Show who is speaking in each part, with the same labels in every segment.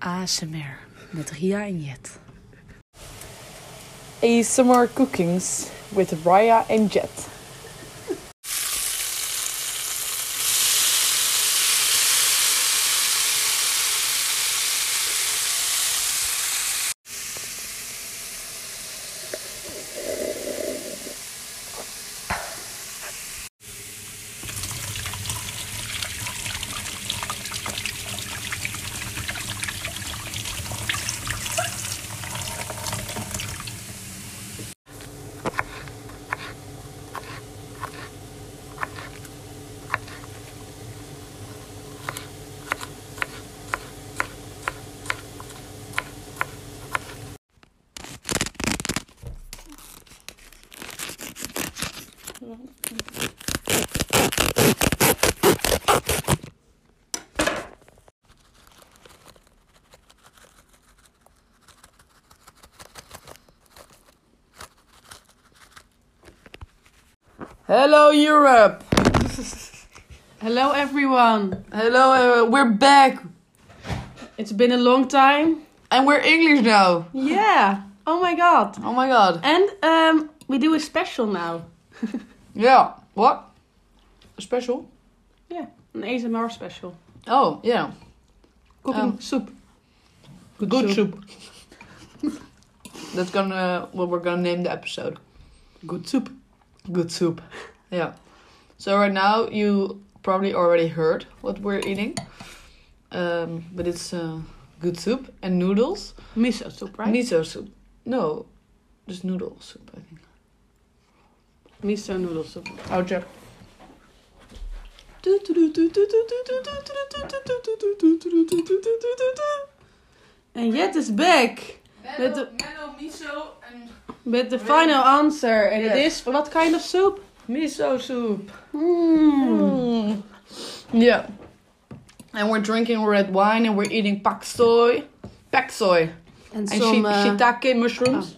Speaker 1: ASMR met Ria en Jet.
Speaker 2: ASMR Cookings with Raya and Jet. Hello, Europe!
Speaker 3: Hello, everyone. Hello, uh, we're back. It's been a long time.
Speaker 2: And we're English now!
Speaker 3: Yeah. Oh my god.
Speaker 2: Oh my god.
Speaker 3: And um, we do a special now.
Speaker 2: Yeah. What? A special?
Speaker 3: Yeah, an ASMR special.
Speaker 2: Oh, yeah.
Speaker 3: Cooking
Speaker 2: Oh.
Speaker 3: soup.
Speaker 2: Good, soup. That's gonna what we're gonna name the episode.
Speaker 3: Good soup.
Speaker 2: Good soup. Yeah. So right now you probably already heard what we're eating. Um, but it's uh, good soup and noodles.
Speaker 3: Miso soup, right?
Speaker 2: Miso soup. No, just noodle soup, I think.
Speaker 3: Miso noodle soup.
Speaker 2: I'll check.
Speaker 3: And Jet is back Met de-
Speaker 2: miso and
Speaker 3: with the final answer. And it
Speaker 2: Yes.
Speaker 3: is what kind of soup?
Speaker 2: miso soup.
Speaker 3: Mm.
Speaker 2: Mm. Yeah. And we're drinking red wine and we're eating pak soy. Pak soy.
Speaker 3: And
Speaker 2: And
Speaker 3: some.
Speaker 2: shi-
Speaker 3: uh,
Speaker 2: shiitake mushrooms.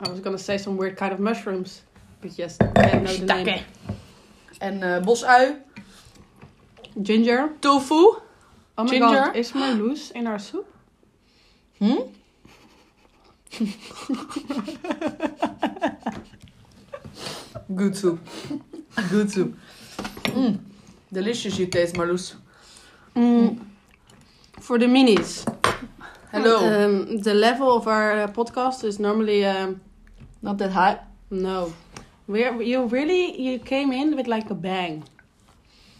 Speaker 3: I was gonna say some weird kind of mushrooms, but yes, I don't know the name. oh.
Speaker 2: En eh bosui.
Speaker 3: Ginger.
Speaker 2: Tofu.
Speaker 3: Oh my
Speaker 2: Ginger.
Speaker 3: god, is Marloes in our soup?
Speaker 2: Hm? Good soup. Good soup. Mm. Delicious you taste, Marloes. Mm.
Speaker 3: Mm. For the minis.
Speaker 2: Hello.
Speaker 3: Um, the level of our uh, podcast is normally um,
Speaker 2: Not that high.
Speaker 3: no. We're you really you came in with like a bang.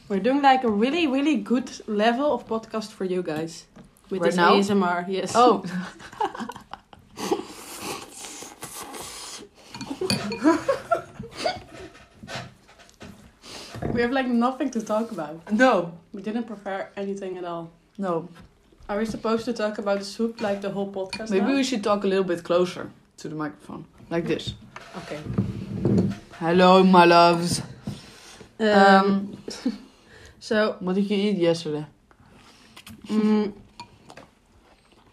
Speaker 3: We're doing like a really really good level of podcast for you guys with
Speaker 2: Right
Speaker 3: this
Speaker 2: now?
Speaker 3: ASMR. Yes.
Speaker 2: Oh.
Speaker 3: we have like nothing to talk about.
Speaker 2: No.
Speaker 3: We didn't prepare anything at all.
Speaker 2: No.
Speaker 3: Are we supposed to talk about the soup like the whole podcast?
Speaker 2: Maybe
Speaker 3: now?
Speaker 2: we should talk a little bit closer to the microphone. Like this.
Speaker 3: Okay.
Speaker 2: Hello, my loves.
Speaker 3: Um,
Speaker 2: Um,
Speaker 3: so
Speaker 2: what did you eat yesterday?
Speaker 3: mm,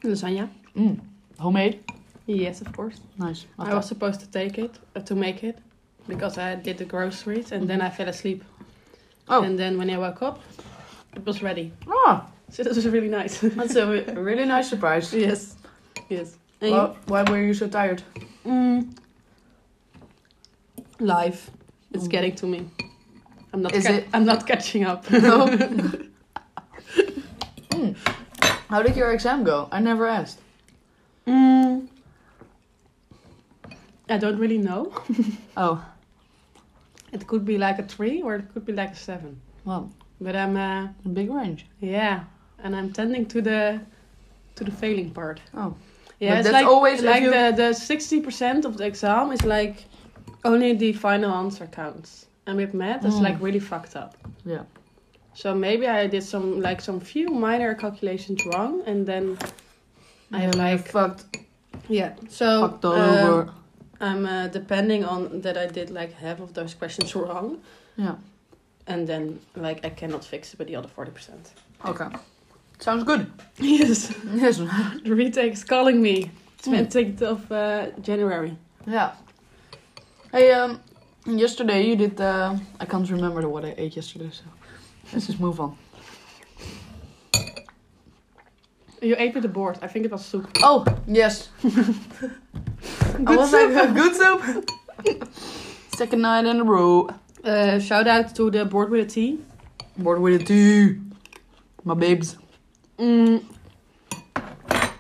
Speaker 3: lasagna.
Speaker 2: Mm. Homemade?
Speaker 3: Yes, of course.
Speaker 2: Nice.
Speaker 3: I was supposed to take it uh, to make it because I did the groceries and then I fell asleep.
Speaker 2: Mm-hmm. Oh.
Speaker 3: And then when I woke up, it was ready.
Speaker 2: Ah,
Speaker 3: So that was really nice.
Speaker 2: that's a re- really nice surprise.
Speaker 3: yes. Yes. And
Speaker 2: Well, why were you so tired?
Speaker 3: you- Mm. life, it's
Speaker 2: Mm.
Speaker 3: getting to me. I'm not.
Speaker 2: Is
Speaker 3: ca-
Speaker 2: it?
Speaker 3: I'm not catching up.
Speaker 2: How did your exam go? I never asked.
Speaker 3: Mm. I don't really know.
Speaker 2: Oh,
Speaker 3: It could be like a three or it could be like a seven.
Speaker 2: well,
Speaker 3: But I'm. Uh,
Speaker 2: a big range.
Speaker 3: Yeah, and I'm tending to the to the failing part.
Speaker 2: Oh,
Speaker 3: Yeah,
Speaker 2: But
Speaker 3: it's
Speaker 2: that's
Speaker 3: like
Speaker 2: always if
Speaker 3: like
Speaker 2: you-
Speaker 3: the the sixty percent of the exam is like only the final answer counts, and with math it's
Speaker 2: Mm.
Speaker 3: like really fucked up.
Speaker 2: yeah.
Speaker 3: So maybe I did some like some few minor calculations wrong, and then I have like
Speaker 2: fucked,
Speaker 3: yeah. So
Speaker 2: fucked all
Speaker 3: um,
Speaker 2: over.
Speaker 3: I'm uh, depending on that I did like half of those questions wrong,
Speaker 2: Yeah.
Speaker 3: and then like I cannot fix it with the other forty percent.
Speaker 2: Okay. Sounds good.
Speaker 3: Yes.
Speaker 2: Yes.
Speaker 3: The retake's calling me. 20th of uh, January.
Speaker 2: yeah. Hey, um, yesterday you did. Uh, I can't remember what I ate yesterday, so let's just move on.
Speaker 3: You ate with the board. I think it was soup.
Speaker 2: Oh, yes. I was like, good soup. Second night in a row.
Speaker 3: Uh, shout out to the board with a T.
Speaker 2: Bored with a tea. My babes.
Speaker 3: Mm.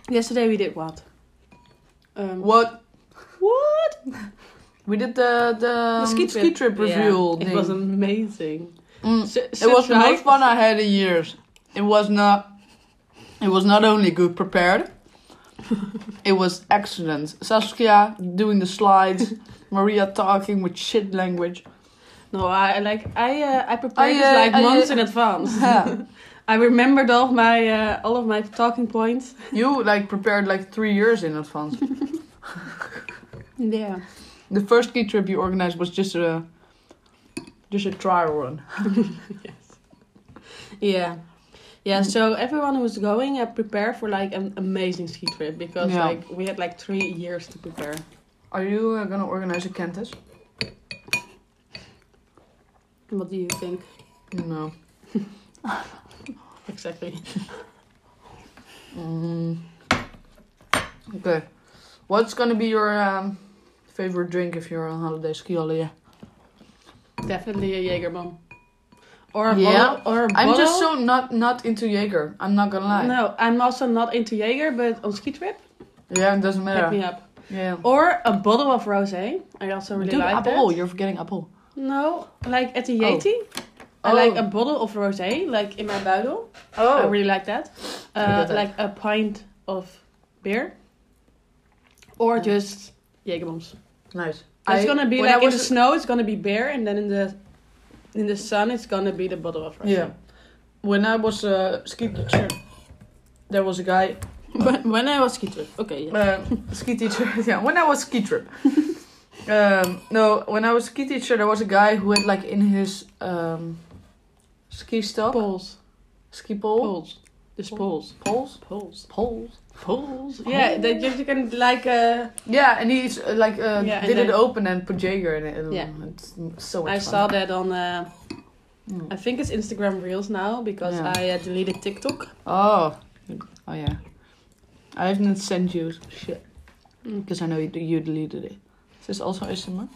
Speaker 3: Yesterday we did what? Um,
Speaker 2: What?
Speaker 3: What?
Speaker 2: We did the the,
Speaker 3: The ski trip.
Speaker 2: trip
Speaker 1: Yeah.
Speaker 2: reveal.
Speaker 3: It
Speaker 2: thing.
Speaker 3: was amazing.
Speaker 2: Mm.
Speaker 3: Su-
Speaker 2: It was the
Speaker 3: such
Speaker 2: most fun I had in years. It was not. It was not only good prepared. it was excellent. Saskia doing the slides. Maria talking with shit language.
Speaker 3: No, I like I uh, I prepared
Speaker 2: I,
Speaker 3: this
Speaker 2: uh,
Speaker 3: like
Speaker 2: I, uh,
Speaker 3: months in advance.
Speaker 2: Yeah.
Speaker 3: I remembered all of my uh, all of my talking points.
Speaker 2: you like prepared like three years in advance.
Speaker 3: Yeah.
Speaker 2: the first ski trip you organized was just a just a trial run.
Speaker 3: Yeah. Yeah,
Speaker 2: Mm.
Speaker 3: so everyone who's going uh, prepare for like an amazing ski trip because
Speaker 2: Yeah.
Speaker 3: like we had like three years to prepare.
Speaker 2: Are you uh, gonna organize a cantus?
Speaker 3: What do you think
Speaker 2: No.
Speaker 3: exactly?
Speaker 2: Mm. Okay. What's gonna be your um, favorite drink if you're on holiday ski holiday?
Speaker 3: Definitely a Jägerbomb. Or a
Speaker 2: Yeah.
Speaker 3: bottle, or a
Speaker 2: I'm just
Speaker 3: bottle.
Speaker 2: so not not into Jaeger. I'm not gonna lie.
Speaker 3: No, I'm also not into Jaeger, but on ski trip,
Speaker 2: Yeah, it doesn't
Speaker 3: pick
Speaker 2: matter.
Speaker 3: me up.
Speaker 2: Yeah.
Speaker 3: Or a bottle of rosé. I also really
Speaker 2: Dude,
Speaker 3: like
Speaker 2: apple.
Speaker 3: that.
Speaker 2: You're forgetting apple.
Speaker 3: No, like at the
Speaker 2: Oh.
Speaker 3: Yeti, I
Speaker 2: Oh.
Speaker 3: like a bottle of rosé, like in my buidel. I really like that.
Speaker 2: I
Speaker 3: Uh,
Speaker 2: get that.
Speaker 3: Like a pint of beer, or
Speaker 2: Yeah.
Speaker 3: just Jägerbombs.
Speaker 2: nice.
Speaker 3: It's
Speaker 2: I-
Speaker 3: gonna be
Speaker 2: when I
Speaker 3: like in the
Speaker 2: was-
Speaker 3: snow, it's gonna be beer, and then in the in the sun, it's gonna be the bottle of rosé.
Speaker 2: Yeah. When I was uh, ski teacher, there was a guy
Speaker 3: when, when I was ski trip. Okay. Yeah.
Speaker 2: Uh, ski teacher. Yeah, when I was ski trip. um, no, when I was ski teacher, there was a guy who had like in his um, ski stock,
Speaker 3: Poles.
Speaker 2: ski pole,
Speaker 3: Poles. Just poles.
Speaker 2: poles,
Speaker 3: Poles.
Speaker 2: poles,
Speaker 3: Poles. Yeah, that you can like uh,
Speaker 2: Yeah, and he's uh, like uh,
Speaker 3: Yeah, and
Speaker 2: did it
Speaker 3: then-
Speaker 2: open and put Jaeger in it.
Speaker 3: Yeah.
Speaker 2: it's so much
Speaker 3: I
Speaker 2: fun.
Speaker 3: saw that on. Uh,
Speaker 2: Mm.
Speaker 3: I think it's Instagram Reels now because
Speaker 2: Yeah.
Speaker 3: I uh, deleted TikTok.
Speaker 2: Oh, oh yeah. I haven't sent you shit
Speaker 3: Mm.
Speaker 2: because I know you, you deleted it. Is this also ASMR?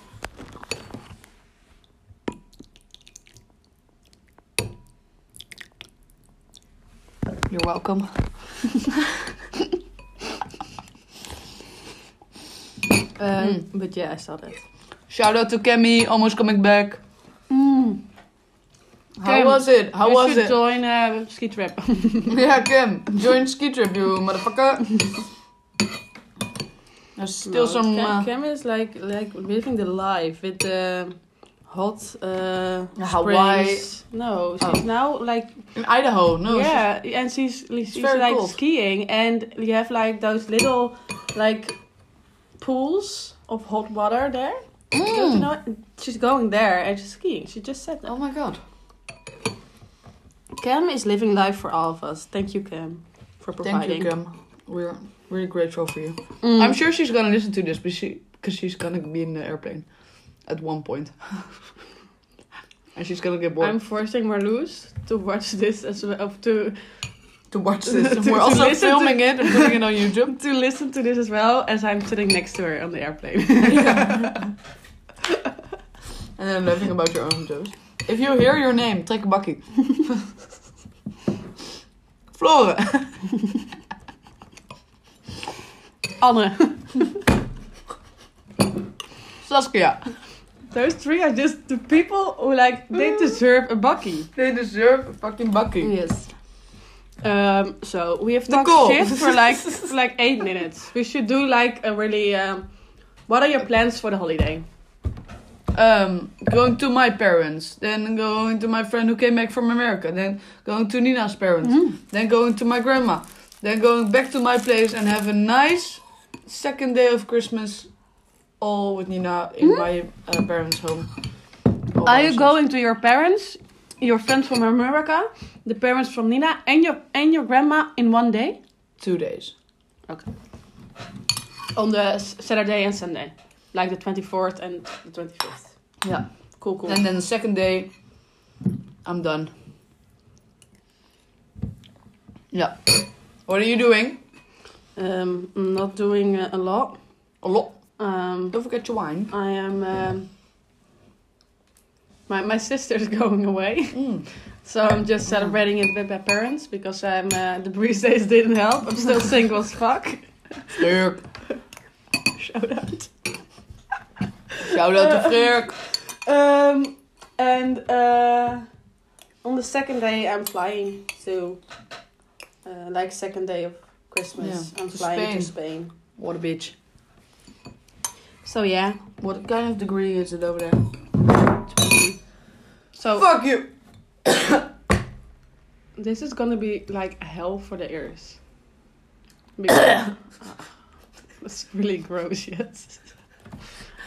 Speaker 2: You're welcome.
Speaker 3: Um,
Speaker 2: Hmm.
Speaker 3: But yeah, I saw that.
Speaker 2: Shout out to Kemi, almost coming back. How
Speaker 3: Kem,
Speaker 2: was it? How
Speaker 3: you
Speaker 2: was
Speaker 3: should
Speaker 2: it?
Speaker 3: join a ski trip.
Speaker 2: yeah, Kem, join ski trip, you motherfucker. There's still some.
Speaker 3: Cam,
Speaker 2: uh,
Speaker 3: Cam is like like living the life with the hot uh,
Speaker 2: Hawaii.
Speaker 3: springs. No,
Speaker 2: Oh.
Speaker 3: she's now like
Speaker 2: in Idaho, no. it's
Speaker 3: yeah, and she's she's
Speaker 2: very
Speaker 3: like
Speaker 2: cold.
Speaker 3: skiing, and you have like those little like pools of hot water there.
Speaker 2: just-
Speaker 3: Don't you know? She's going there and she's skiing. She just said that.
Speaker 2: Oh my god.
Speaker 3: Cam is living life for all of us. Thank you, Cam, for providing.
Speaker 2: Thank you, Kim. We're really grateful for you.
Speaker 3: Mm.
Speaker 2: I'm sure she's gonna listen to this because she, 'cause she's gonna be in the airplane at one point. and she's gonna get bored
Speaker 3: I'm forcing Marloes to watch this as well to
Speaker 2: to watch this.
Speaker 3: to-
Speaker 2: We're
Speaker 3: to
Speaker 2: also
Speaker 3: listen to-
Speaker 2: filming it and putting it on YouTube.
Speaker 3: to listen to this as well as I'm sitting next to her on the airplane.
Speaker 2: And then laughing about your own jokes. If you hear your name, take a bucky. Flora!
Speaker 3: Anne,
Speaker 2: Saskia!
Speaker 3: those three are just the people who like they deserve a bucky.
Speaker 2: They deserve a fucking bucky.
Speaker 3: Mm. Yes. Um, so we have talked
Speaker 2: Nicole.
Speaker 3: shit for like for like eight minutes. We should do like a really. Um, what are your plans for the holiday?
Speaker 2: um, going to my parents, then going to my friend who came back from America, then going to Nina's parents,
Speaker 3: Mm.
Speaker 2: then going to my grandma, then going back to my place and have a nice second day of Christmas all with Nina in my uh, parents' home. All by
Speaker 3: Mm. Are you
Speaker 2: ourselves.
Speaker 3: going to your parents, your friends from America, the parents from Nina, and your and your grandma in one day?
Speaker 2: Two days.
Speaker 3: Okay. On the s- Saturday and Sunday, like the twenty fourth and the twenty fifth.
Speaker 2: Yeah.
Speaker 3: Cool, cool.
Speaker 2: And then the second day, I'm done. Yeah. What are you doing?
Speaker 3: Um, I'm not doing uh, a lot.
Speaker 2: A lot.
Speaker 3: Um,
Speaker 2: Don't forget your wine.
Speaker 3: I am. Um, my my sister's going away,
Speaker 2: Mm.
Speaker 3: so I'm just celebrating it with my parents because I'm uh, the breeze days didn't help. I'm still single as fuck.
Speaker 2: Freek.
Speaker 3: Shout out.
Speaker 2: Shout out to Freek.
Speaker 3: Um, and uh, on the second day, I'm flying to, uh, like, second day of Christmas,
Speaker 2: Yeah,
Speaker 3: I'm
Speaker 2: to
Speaker 3: flying to Spain.
Speaker 2: What a bitch.
Speaker 3: So, yeah.
Speaker 2: What kind of degree is it over there?
Speaker 3: So,
Speaker 2: Oh, Fuck you.
Speaker 3: this is gonna be like hell for the ears. Because that's really gross, yes.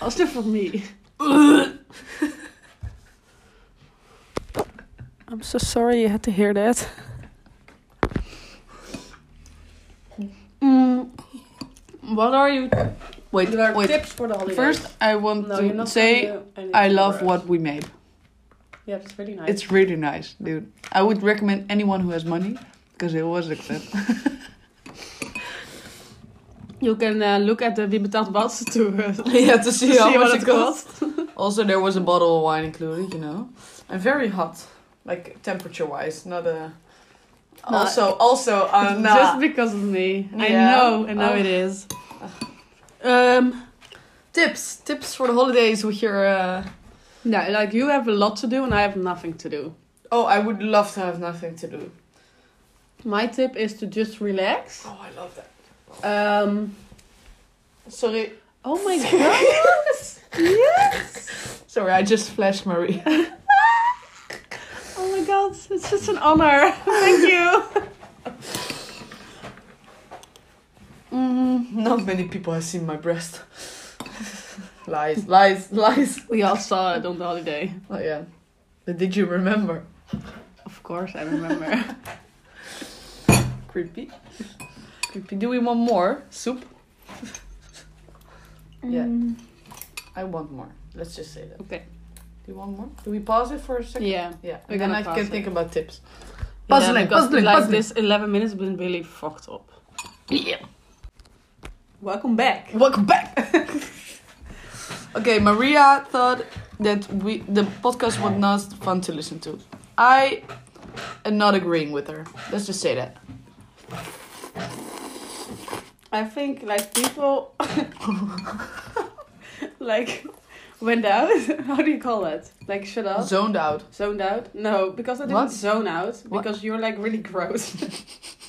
Speaker 3: Also for me. I'm so sorry you had to hear that. Mm, what are you?
Speaker 2: Wait,
Speaker 3: There are
Speaker 2: wait.
Speaker 3: tips for the holidays.
Speaker 2: First, I want
Speaker 3: No, you're
Speaker 2: to
Speaker 3: not
Speaker 2: say
Speaker 3: gonna do anything
Speaker 2: I love
Speaker 3: for
Speaker 2: what
Speaker 3: us.
Speaker 2: we made.
Speaker 3: Yeah, it's really nice.
Speaker 2: It's really nice, dude. I would recommend anyone who has money because it was like that.
Speaker 3: you can uh, look at the Wie betaalt wat to uh,
Speaker 2: yeah, to see,
Speaker 3: see what it costs.
Speaker 2: Also, there was a bottle of wine included, you know, and very hot, like temperature wise, not a.
Speaker 3: No.
Speaker 2: Also, also, uh, nah.
Speaker 3: Just because of me. I
Speaker 2: Yeah.
Speaker 3: know, and now
Speaker 2: Oh.
Speaker 3: it is. Um,
Speaker 2: Ah. Ehm, tips, tips for the holidays with your. Uh...
Speaker 3: no, like you have a lot to do, and I have nothing to do.
Speaker 2: Oh, I would love to have nothing to do.
Speaker 3: My tip is to just relax.
Speaker 2: Oh, I love that.
Speaker 3: Um,
Speaker 2: Sorry,
Speaker 3: oh my god! yes!
Speaker 2: sorry, I just flashed Marie.
Speaker 3: Oh my god, it's just an honor. Thank you. Mm,
Speaker 2: Not many people have seen my breast. lies, lies, lies.
Speaker 3: we all saw it on the holiday.
Speaker 2: Oh yeah, but did you remember?
Speaker 3: Of course, I remember.
Speaker 2: Creepy. Creepy. Do we want more soup? Yeah.
Speaker 3: Mm,
Speaker 2: I want more. Let's just say that.
Speaker 3: Okay.
Speaker 2: Do you want more? Do we pause it for a second?
Speaker 3: Yeah.
Speaker 2: Yeah.
Speaker 3: We're
Speaker 2: And then
Speaker 3: gonna
Speaker 2: I
Speaker 3: pause
Speaker 2: can
Speaker 3: it.
Speaker 2: think about tips.
Speaker 3: yeah,
Speaker 2: Puzzling,
Speaker 3: because,
Speaker 2: puzzling,
Speaker 3: like
Speaker 2: puzzling.
Speaker 3: this 11 minutes has been really fucked up.
Speaker 2: Yeah.
Speaker 3: Welcome back.
Speaker 2: Welcome back. okay, Maria thought that we the podcast was not fun to listen to. I am not agreeing with her. Let's just say that.
Speaker 3: I think like people like went out. How do you call it? Like shut up.
Speaker 2: Zoned out.
Speaker 3: Zoned out? No, because I didn't
Speaker 2: What?
Speaker 3: zone out
Speaker 2: What?
Speaker 3: because you're like really gross.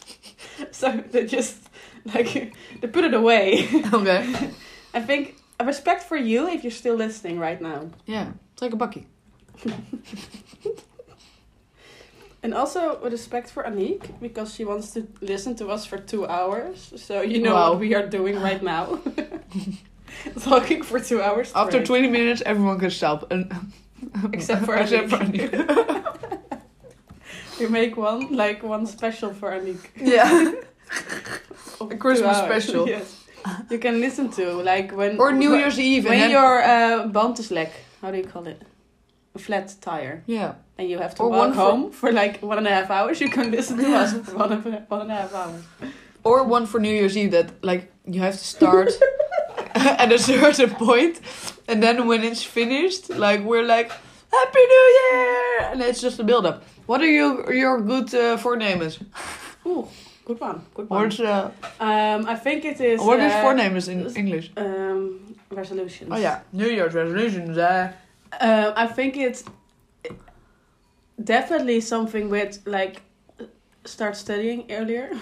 Speaker 3: so they just like they put it away.
Speaker 2: Okay.
Speaker 3: I think a respect for you if you're still listening right now.
Speaker 2: yeah. It's like a bucky.
Speaker 3: And also a respect for Aniek because she wants to listen to us for two hours. So you know
Speaker 2: Wow.
Speaker 3: what we are doing right now. Talking for two hours.
Speaker 2: After
Speaker 3: straight.
Speaker 2: 20 minutes, everyone can stop. And
Speaker 3: Except for
Speaker 2: except for
Speaker 3: Aniek.
Speaker 2: Aniek.
Speaker 3: We make one, like one special for Aniek.
Speaker 2: Yeah.
Speaker 3: Of
Speaker 2: A Christmas
Speaker 3: two hours.
Speaker 2: special.
Speaker 3: yes. You can listen to, like when...
Speaker 2: Or New Year's Eve. and
Speaker 3: When
Speaker 2: then-
Speaker 3: your uh, band is lek. How do you call it? A flat tire.
Speaker 2: Yeah.
Speaker 3: And you have to
Speaker 2: Or one
Speaker 3: walk
Speaker 2: for-
Speaker 3: home for like one and a half hours. You can listen to us for one and, a- one and a half hours.
Speaker 2: Or one for New Year's Eve that like you have to start at a certain point, and then when it's finished, like we're like Happy New Year, and it's just a build up. What are you your good uh, voornemens?
Speaker 3: Ooh, good one. Good one.
Speaker 2: What's uh,
Speaker 3: Um, I think it is...
Speaker 2: what is
Speaker 3: uh,
Speaker 2: voornemens in English?
Speaker 3: Um, resolutions.
Speaker 2: Oh yeah, New Year's resolutions. Uh,
Speaker 3: Um, I think it's definitely something with like start studying earlier.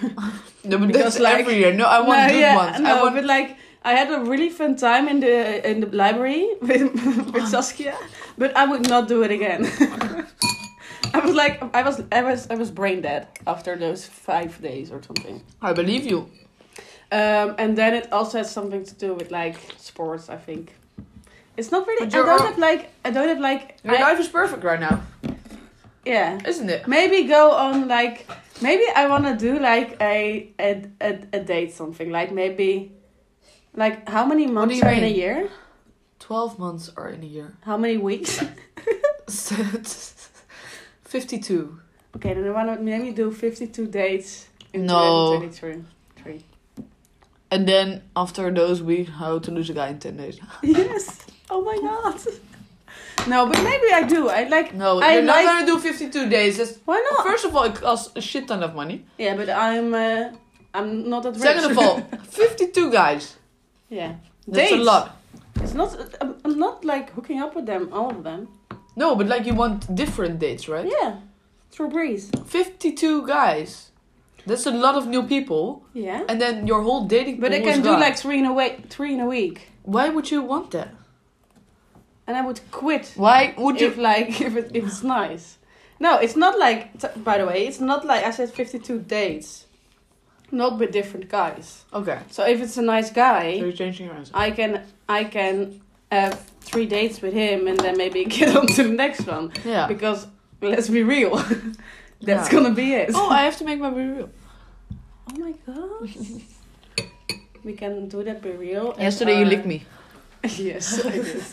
Speaker 2: no, but
Speaker 3: Because,
Speaker 2: that's
Speaker 3: like-
Speaker 2: every year. No, I want
Speaker 3: No,
Speaker 2: good
Speaker 3: yeah,
Speaker 2: ones.
Speaker 3: No,
Speaker 2: I want
Speaker 3: but like I had a really fun time in the in the library with,
Speaker 2: Oh.
Speaker 3: with Saskia, but I would not do it again. I was like I was I was I was brain dead after those five days or something.
Speaker 2: I believe you.
Speaker 3: Um, and then it also has something to do with like sports. I think it's not really. I
Speaker 2: But you're
Speaker 3: don't
Speaker 2: al-
Speaker 3: have like I don't have like
Speaker 2: Your
Speaker 3: I,
Speaker 2: life is perfect right now,
Speaker 3: yeah.
Speaker 2: isn't it?
Speaker 3: Maybe go on like maybe I wanna do like a a a, a date something like maybe like how many months
Speaker 2: you
Speaker 3: are in a
Speaker 2: mean?
Speaker 3: year?
Speaker 2: Twelve months are in a year.
Speaker 3: How many weeks?
Speaker 2: Fifty-two.
Speaker 3: okay, then I wanna maybe do fifty two dates in
Speaker 2: No.
Speaker 3: 2023. Three.
Speaker 2: And then after those weeks, how to lose a guy in 10 days.
Speaker 3: yes. Oh my god. No, but maybe I do. I like.
Speaker 2: No,
Speaker 3: I
Speaker 2: you're not gonna
Speaker 3: like-
Speaker 2: do 52 days. That's,
Speaker 3: Why not?
Speaker 2: first of all, it costs a shit ton of money.
Speaker 3: Yeah, but I'm. Uh, I'm not that rich.
Speaker 2: Second of all, 52 guys.
Speaker 3: yeah.
Speaker 2: That's a
Speaker 3: Dates.
Speaker 2: lot.
Speaker 3: It's not. I'm, I'm not like hooking up with them, all of them.
Speaker 2: No, but like you want different dates, right?
Speaker 3: Yeah. Through breeze.
Speaker 2: 52 guys. That's a lot of new people.
Speaker 3: Yeah.
Speaker 2: And then your whole dating
Speaker 3: But I
Speaker 2: pool is
Speaker 3: can do
Speaker 2: gone.
Speaker 3: like three in a week. Three in a week.
Speaker 2: Why would you want that?
Speaker 3: And I would quit
Speaker 2: Why would you?
Speaker 3: if like if, it, if it's nice. No, it's not like. t- by the way, it's not like I said fifty-two dates, not with different guys.
Speaker 2: Okay.
Speaker 3: So if it's a nice
Speaker 2: So
Speaker 3: guy,
Speaker 2: you're changing your answer.
Speaker 3: I can I can have three dates with him and then maybe get on to the next one
Speaker 2: Yeah.
Speaker 3: because let's be real, that's
Speaker 2: Yeah.
Speaker 3: gonna be it.
Speaker 2: Oh, I have to make my review.
Speaker 3: Oh my god. we can do that be real. and
Speaker 2: Yesterday you
Speaker 3: our-
Speaker 2: licked me.
Speaker 3: yes, I did.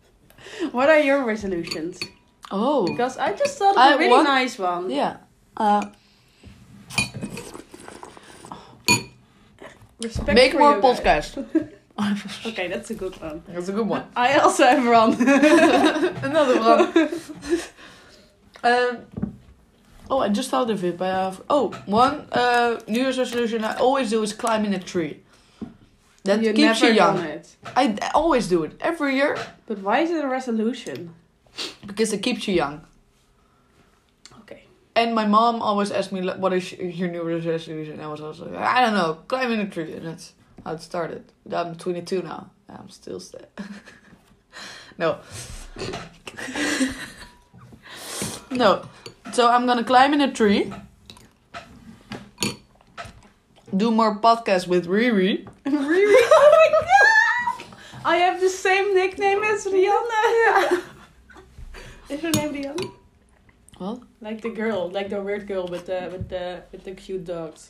Speaker 3: what are your resolutions?
Speaker 2: Oh.
Speaker 3: Because I just thought of
Speaker 2: I
Speaker 3: a really
Speaker 2: want-
Speaker 3: nice one.
Speaker 2: Yeah. Uh,
Speaker 3: Respect
Speaker 2: make
Speaker 3: for
Speaker 2: more
Speaker 3: you guys.
Speaker 2: podcasts.
Speaker 3: Okay, that's a good one.
Speaker 2: That's a good one.
Speaker 3: I also have one.
Speaker 2: Another one. um, oh, I just thought of it. But I have, oh, one uh, New Year's resolution I always do is climbing a tree. That
Speaker 3: you
Speaker 2: keeps
Speaker 3: never
Speaker 2: you young.
Speaker 3: done it.
Speaker 2: I, I always do it every year
Speaker 3: But why is it a resolution?
Speaker 2: because it keeps you young.
Speaker 3: Okay.
Speaker 2: And my mom always asked me, like, "What is your New Year's resolution?" And I was also like, "I don't know, climbing a tree." And that's how it started. I'm 22 now. and I'm still st- no, no. So I'm gonna climb in a tree. Do more podcasts with Riri.
Speaker 3: really? Oh my god! I have the same nickname as Rihanna. Is her name Rihanna?
Speaker 2: What?
Speaker 3: Like the girl, like the weird girl with the with the with the cute dogs.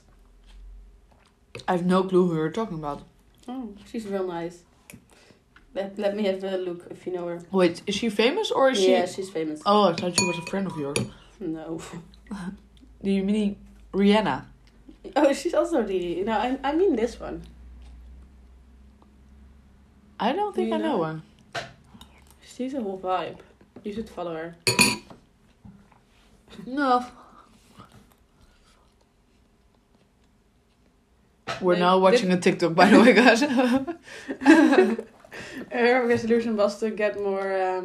Speaker 2: I have no clue who you're talking about.
Speaker 3: Oh, she's real nice. Let, let me have a look if you know her.
Speaker 2: Wait, is she famous or is
Speaker 3: yeah,
Speaker 2: she?
Speaker 3: she's famous.
Speaker 2: Oh, I thought she was a friend of yours.
Speaker 3: No.
Speaker 2: Do you mean Rihanna?
Speaker 3: Oh, she's also the. No, I, I mean this one.
Speaker 2: I don't think
Speaker 3: You
Speaker 2: I know
Speaker 3: know.
Speaker 2: her.
Speaker 3: She's a whole vibe. You should follow her.
Speaker 2: No. We're
Speaker 3: Like,
Speaker 2: now watching a TikTok, by the way, guys.
Speaker 3: Her resolution was to get more um,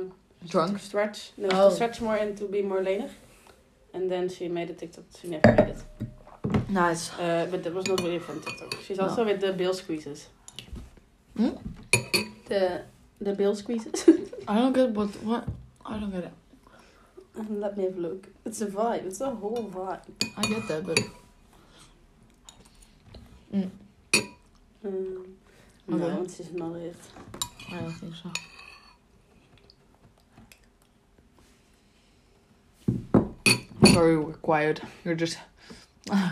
Speaker 2: Drunk.
Speaker 3: to stretch. No,
Speaker 2: Oh.
Speaker 3: to stretch more and to be more lenig. And then she made a TikTok. She never made it.
Speaker 2: Nice.
Speaker 3: Uh, but that was not really from TikTok. She's
Speaker 2: No.
Speaker 3: also with the bill squeezes. Hm?
Speaker 2: Hmm?
Speaker 3: The the bill squeezes.
Speaker 2: I don't get what what. I don't get it.
Speaker 3: Let me have a look. It's a vibe. It's a whole vibe.
Speaker 2: I get that, but
Speaker 3: Um,
Speaker 2: Okay.
Speaker 3: No, this is not it.
Speaker 2: I don't think so. Sorry, we're quiet. You're just. That's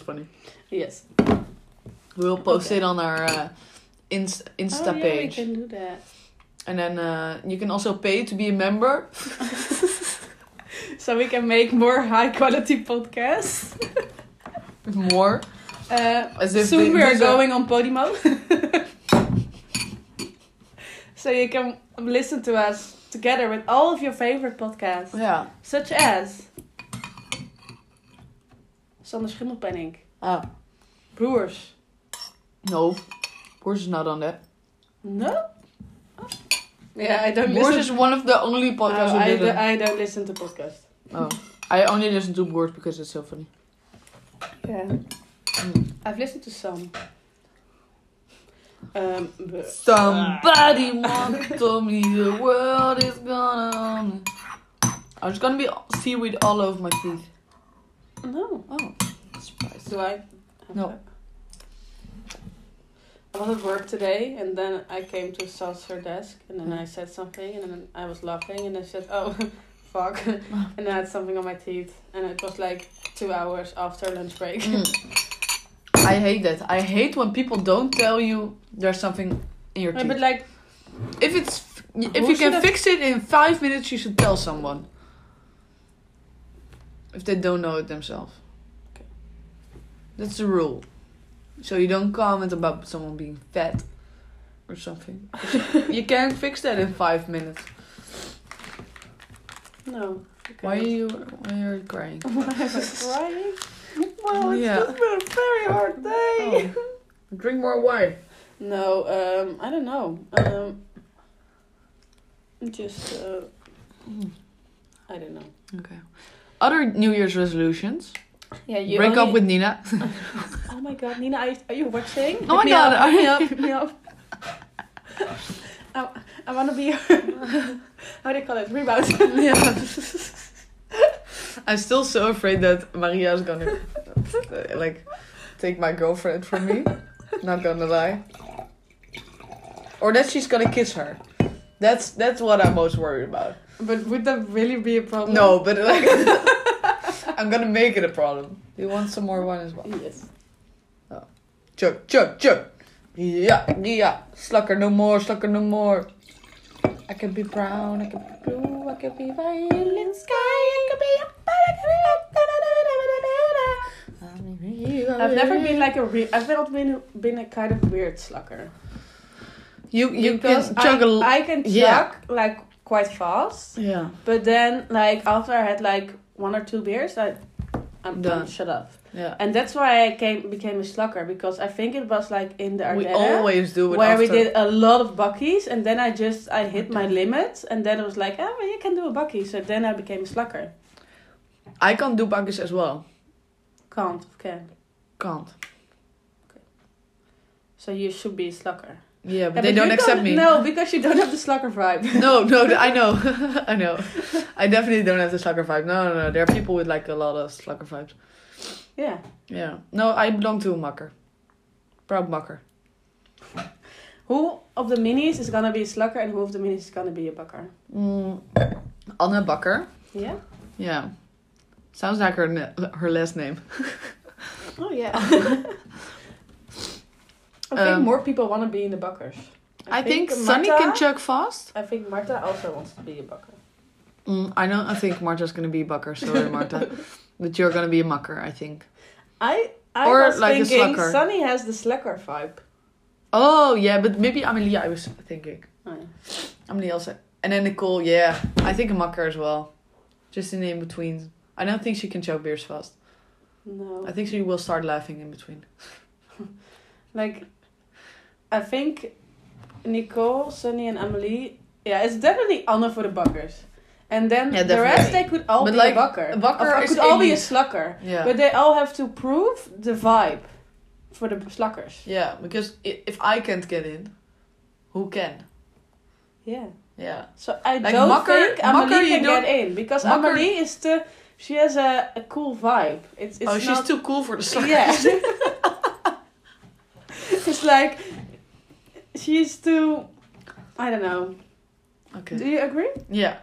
Speaker 2: funny.
Speaker 3: Yes.
Speaker 2: We'll post
Speaker 3: Okay.
Speaker 2: it on our uh, Inst- Insta
Speaker 3: oh, yeah, we
Speaker 2: page.
Speaker 3: can do that.
Speaker 2: And then uh, you can also pay to be a member.
Speaker 3: So we can make more high quality podcasts.
Speaker 2: More.
Speaker 3: Uh,
Speaker 2: As if
Speaker 3: soon
Speaker 2: the-
Speaker 3: we are
Speaker 2: these are-
Speaker 3: going on Podimo. so you can listen to us together with all of your favorite podcasts,
Speaker 2: Yeah.
Speaker 3: such as Sander Schimmelpenning,
Speaker 2: Oh.
Speaker 3: Broers.
Speaker 2: No. Boris is not on that.
Speaker 3: No? Yeah, Oh. I don't
Speaker 2: Boris
Speaker 3: listen.
Speaker 2: is one of the only podcasts
Speaker 3: Oh,
Speaker 2: who
Speaker 3: I, do,
Speaker 2: didn't. I,
Speaker 3: I don't listen to podcasts.
Speaker 2: oh. I only listen to Boris because it's so funny.
Speaker 3: Yeah.
Speaker 2: Mm.
Speaker 3: I've listened to some. Um, but
Speaker 2: Somebody once told me the world is gonna. I was Oh, gonna be seaweed all over my feet.
Speaker 3: no.
Speaker 2: Oh, surprise.
Speaker 3: Do I?
Speaker 2: No.
Speaker 3: Okay. I was at work today, and then I came to Salsa desk, and then
Speaker 2: Mm.
Speaker 3: I said something, and then I was laughing, and I said, "Oh, fuck," and then I had something on my teeth, and it was like two hours after lunch break.
Speaker 2: Mm. I hate that. I hate when people don't tell you there's something in your
Speaker 3: Yeah,
Speaker 2: teeth.
Speaker 3: but like,
Speaker 2: if it's if
Speaker 3: Who
Speaker 2: you can
Speaker 3: should I-
Speaker 2: fix it in five minutes, you should tell someone. If they don't know it themselves. That's the rule. So you don't comment about someone being fat or something. you can't fix that in five minutes.
Speaker 3: No.
Speaker 2: Why are you why are you crying?
Speaker 3: Why am I crying? Well, it's
Speaker 2: Yeah. Oh.
Speaker 3: just been a very hard day.
Speaker 2: Drink more wine.
Speaker 3: No, um, I don't know. Um, just, uh,
Speaker 2: Mm.
Speaker 3: I don't know.
Speaker 2: Okay. Other New Year's resolutions.
Speaker 3: Yeah, you
Speaker 2: Break up
Speaker 3: only-
Speaker 2: with Nina.
Speaker 3: Oh my god, Nina, are, are you watching?
Speaker 2: Oh my
Speaker 3: Hit me
Speaker 2: God,
Speaker 3: up,
Speaker 2: are
Speaker 3: hit me
Speaker 2: you-
Speaker 3: up, hit me up. I, I want to be her. How do you call it? Rebound.
Speaker 2: yeah. I'm still so afraid that Maria is gonna uh, like take my girlfriend from me. Not gonna lie. Or that she's gonna kiss her. That's that's what I'm most worried about.
Speaker 3: But would that really be a problem?
Speaker 2: No, but like I'm gonna make it a problem. You want some more wine as well?
Speaker 3: Yes.
Speaker 2: Chug, chug, chug. Yeah, yeah. Slucker no more, slucker no more. I can be brown, I can be blue, I can be violet sky, I can be a
Speaker 3: I've never been like a re- I've not been been a kind of weird slugger.
Speaker 2: You you
Speaker 3: Because
Speaker 2: can chug
Speaker 3: I,
Speaker 2: a l-
Speaker 3: I can chug
Speaker 2: yeah.
Speaker 3: like quite fast,
Speaker 2: yeah.
Speaker 3: but then like after I had like one or two beers, I I'm done.
Speaker 2: Done.
Speaker 3: Shut up.
Speaker 2: Yeah.
Speaker 3: And that's why I came became a slugger because I think it was like in the
Speaker 2: We
Speaker 3: Ardennen.
Speaker 2: always do it
Speaker 3: where we
Speaker 2: after-
Speaker 3: did a lot of buckies and then I just I hit my limit and then it was like oh well you can do a bucky so then I became a slacker
Speaker 2: I can do bunkers as well.
Speaker 3: can't can
Speaker 2: Can't.
Speaker 3: so you should be a slacker
Speaker 2: Yeah, but
Speaker 3: Yeah,
Speaker 2: they
Speaker 3: you
Speaker 2: don't accept me.
Speaker 3: no because you don't have the slacker vibe
Speaker 2: no, no, th- I know, I know. I definitely don't have the slacker vibe. No, no, no. There are people with like a lot of slacker vibes.
Speaker 3: yeah
Speaker 2: Yeah. No, I belong to a makker. Proud makker.
Speaker 3: who of the minis is gonna be a slacker and who of the minis is gonna be a bucker
Speaker 2: Mm, Anna Bakker.
Speaker 3: yeah
Speaker 2: Yeah. Sounds like her na- her last name.
Speaker 3: oh yeah I think
Speaker 2: Um,
Speaker 3: more people want to be in the buckers
Speaker 2: I, think, Sunny can
Speaker 3: Marta-
Speaker 2: chug fast.
Speaker 3: I think Marta also wants to be a bucker
Speaker 2: Mm, I don't. I think Marta's gonna be a Bakker. Sorry, Marta. but you're gonna be a makker, I think.
Speaker 3: I I
Speaker 2: Or
Speaker 3: was
Speaker 2: like a
Speaker 3: thinking
Speaker 2: slacker.
Speaker 3: Sunny has the slacker vibe
Speaker 2: Oh yeah, but maybe Amelia. I was thinking
Speaker 3: oh, yeah.
Speaker 2: Amelia also, and then Nicole. Yeah, I think a makker as well. Just in the in between. I don't think she can chug beers fast.
Speaker 3: No.
Speaker 2: I think she will start laughing in between.
Speaker 3: like, I think Nicole, Sunny, and Amelie. Yeah, it's definitely Anna for the buckers. And then
Speaker 2: Yeah,
Speaker 3: the rest,
Speaker 2: definitely.
Speaker 3: they could all
Speaker 2: But
Speaker 3: be
Speaker 2: like,
Speaker 3: a bucker.
Speaker 2: a bucker
Speaker 3: Of-
Speaker 2: is
Speaker 3: could all be a
Speaker 2: elite.
Speaker 3: slucker.
Speaker 2: Yeah.
Speaker 3: But they all have to prove the vibe for the sluckers.
Speaker 2: Yeah, because i- if I can't get in, who can?
Speaker 3: Yeah.
Speaker 2: Yeah.
Speaker 3: So I
Speaker 2: Like,
Speaker 3: don't
Speaker 2: makker-
Speaker 3: think Amelie
Speaker 2: makker you
Speaker 3: can
Speaker 2: don't-
Speaker 3: get in because
Speaker 2: makker-
Speaker 3: Amelie is the she has a, a cool vibe. It's it's
Speaker 2: oh, she's
Speaker 3: not,
Speaker 2: too cool for the slacker.
Speaker 3: Yeah. it's like she's too. I don't know. Do
Speaker 2: Okay.
Speaker 3: you agree?
Speaker 2: Yeah,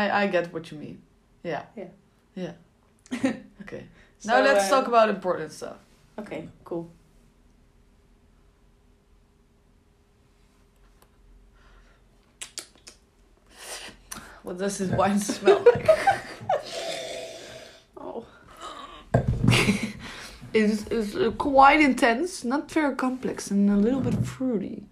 Speaker 2: I I get what you mean. Yeah.
Speaker 3: Yeah.
Speaker 2: Yeah. okay.
Speaker 3: So,
Speaker 2: now Nou, let's
Speaker 3: uh,
Speaker 2: talk about important stuff.
Speaker 3: Okay, cool.
Speaker 2: What does this wine smell like?
Speaker 3: Oh,
Speaker 2: It's it's uh, quite intense, not very complex, and a little bit fruity.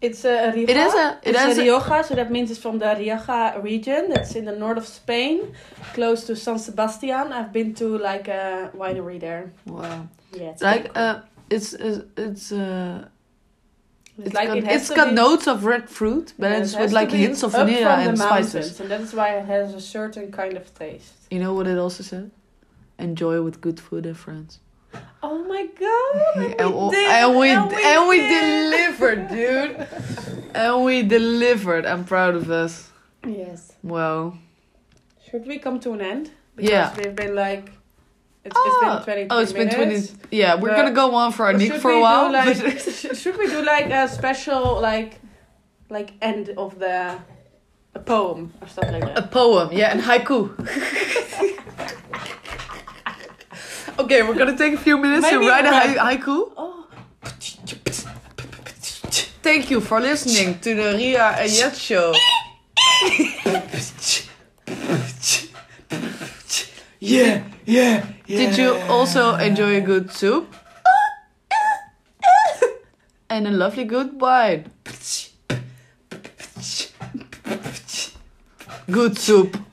Speaker 3: it's a Rioja.
Speaker 2: It is a- it
Speaker 3: it's
Speaker 2: is
Speaker 3: a
Speaker 2: a-
Speaker 3: Rioja, so that means it's from the Rioja region. That's in the north of Spain, close to San Sebastian. I've been to like a winery there.
Speaker 2: Wow.
Speaker 3: Yeah, it's
Speaker 2: Like
Speaker 3: pretty cool.
Speaker 2: uh, it's it's it's uh.
Speaker 3: It's
Speaker 2: It's
Speaker 3: like
Speaker 2: got,
Speaker 3: it has
Speaker 2: it's
Speaker 3: to
Speaker 2: got
Speaker 3: be-
Speaker 2: notes of red fruit, but
Speaker 3: yeah, it
Speaker 2: it's
Speaker 3: has
Speaker 2: with
Speaker 3: to
Speaker 2: like
Speaker 3: be
Speaker 2: hints of
Speaker 3: up
Speaker 2: vanilla
Speaker 3: from the
Speaker 2: and spices.
Speaker 3: mountains, and that is why it has a certain kind of taste.
Speaker 2: You know what it also said? Enjoy with good food and friends.
Speaker 3: Oh my god!
Speaker 2: and, we, and, we, and we delivered, dude. and we delivered. I'm proud of us.
Speaker 3: Yes.
Speaker 2: Well,
Speaker 3: Should we come to an end?
Speaker 2: Yeah.
Speaker 3: We've been like. It's,
Speaker 2: Ah.
Speaker 3: it's been 20
Speaker 2: oh, it's been 20. Yeah, we're
Speaker 3: But-
Speaker 2: gonna go on for our
Speaker 3: Should
Speaker 2: nick for
Speaker 3: we
Speaker 2: a
Speaker 3: do,
Speaker 2: while.
Speaker 3: like-
Speaker 2: but-
Speaker 3: sh- should we do like a special, like, like end of the a poem or stuff like
Speaker 2: a
Speaker 3: that?
Speaker 2: poem, yeah, and haiku. okay, we're gonna take a few minutes
Speaker 3: Maybe
Speaker 2: to write a
Speaker 3: a
Speaker 2: hai- haiku.
Speaker 3: Oh,
Speaker 2: Thank you for listening to the Ria and Jet show. yeah, yeah, Did you also enjoy a good soup? and a lovely good wine. Good soup.